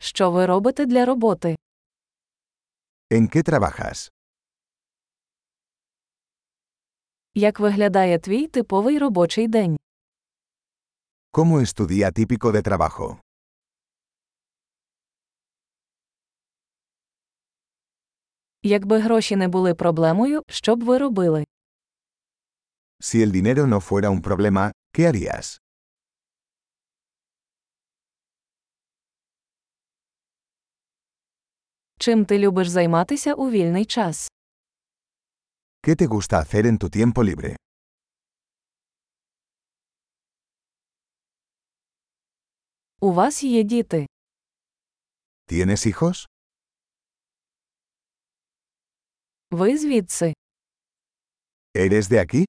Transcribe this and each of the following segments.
Що ви робите для роботи? ¿En qué trabajas? Як виглядає твій типовий робочий день? ¿Cómo es tu día típico de trabajo? Якби гроші не були проблемою, що б ви робили? Si el dinero no fuera un problema, ¿qué harías? Чим ти любиш займатися у вільний час? ¿Qué te gusta hacer en tu tiempo libre? У вас є діти. ¿Tienes hijos? Ви звідси? ¿Eres de aquí?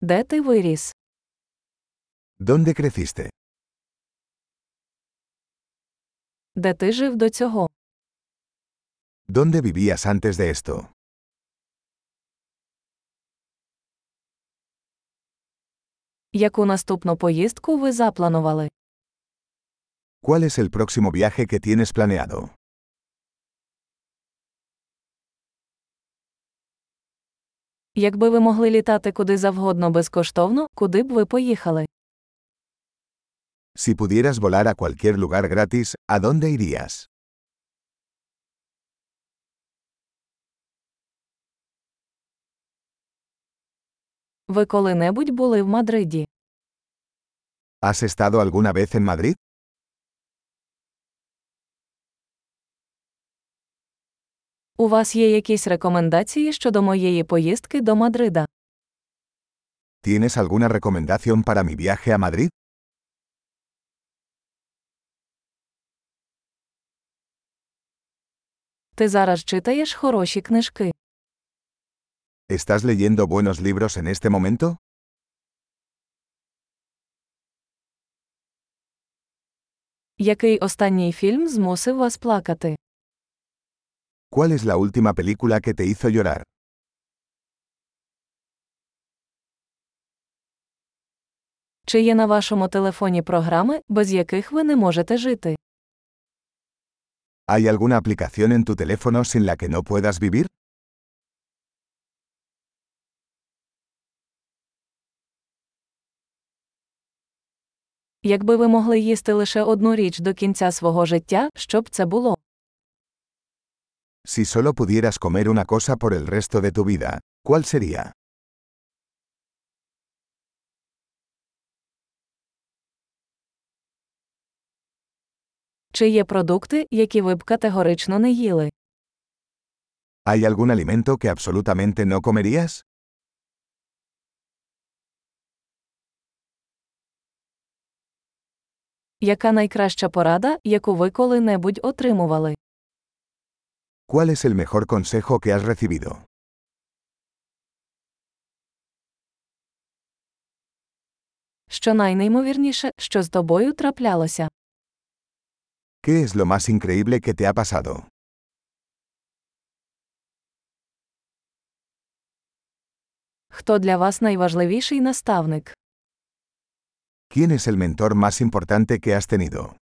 Де ти виріс? ¿Dónde creciste? Де ти жив до цього? ¿Dónde vivías antes de esto? Яку наступну поїздку ви запланували? ¿Cuál es el próximo viaje que tienes planeado? Якби ви могли літати куди завгодно безкоштовно, куди б ви поїхали? Si pudieras volar a cualquier lugar gratis, ¿a dónde irías? Ви коли-небудь були в Мадриді? ¿Has estado alguna vez en Madrid? У вас є якісь рекомендації щодо моєї поїздки до Мадрида? ¿Tienes alguna recomendación para mi viaje a Madrid? Ти зараз читаєш хороші книжки. ¿Estás leyendo buenos libros en este momento? Який останній фільм змусив вас плакати? ¿Cuál es la última película que te hizo llorar? Чи є на вашому телефоні програми, без яких ви не можете жити? ¿Hay alguna aplicación en tu teléfono sin la que no puedas vivir? Якби ви могли їсти лише одну річ до кінця свого життя, що б це було? Si solo pudieras comer una cosa por el resto de tu vida, ¿cuál sería? Чи є продукти, які ви б категорично не їли? ¿Hay algún alimento que absolutamente no comerías? Яка найкраща порада, яку ви коли-небудь отримували? ¿Cuál es el mejor consejo que has recibido? Що найнеймовірніше, що з тобою траплялося? ¿Qué es lo más increíble que te ha pasado? Хто для вас найважливіший наставник? ¿Quién es el mentor más importante que has tenido?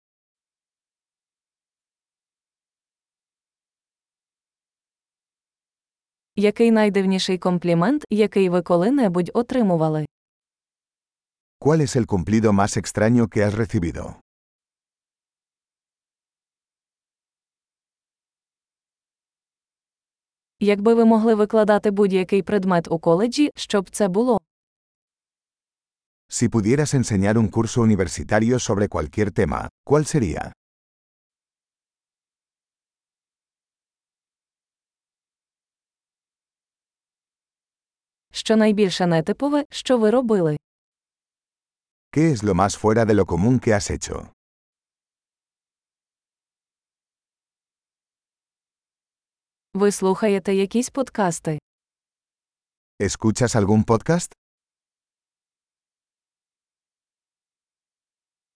Який найдивніший комплімент, який ви коли-небудь отримували? ¿Cuál es el cumplido más extraño que has recibido? Якби ви могли викладати будь-який предмет у коледжі, що б це було? Si pudieras enseñar un curso universitario sobre cualquier tema, ¿cuál sería? Що найбільше нетипове, що ви робили? ¿Qué es lo más fuera de lo común que has hecho? Ви слухаєте якісь подкасти? ¿Escuchas algún podcast?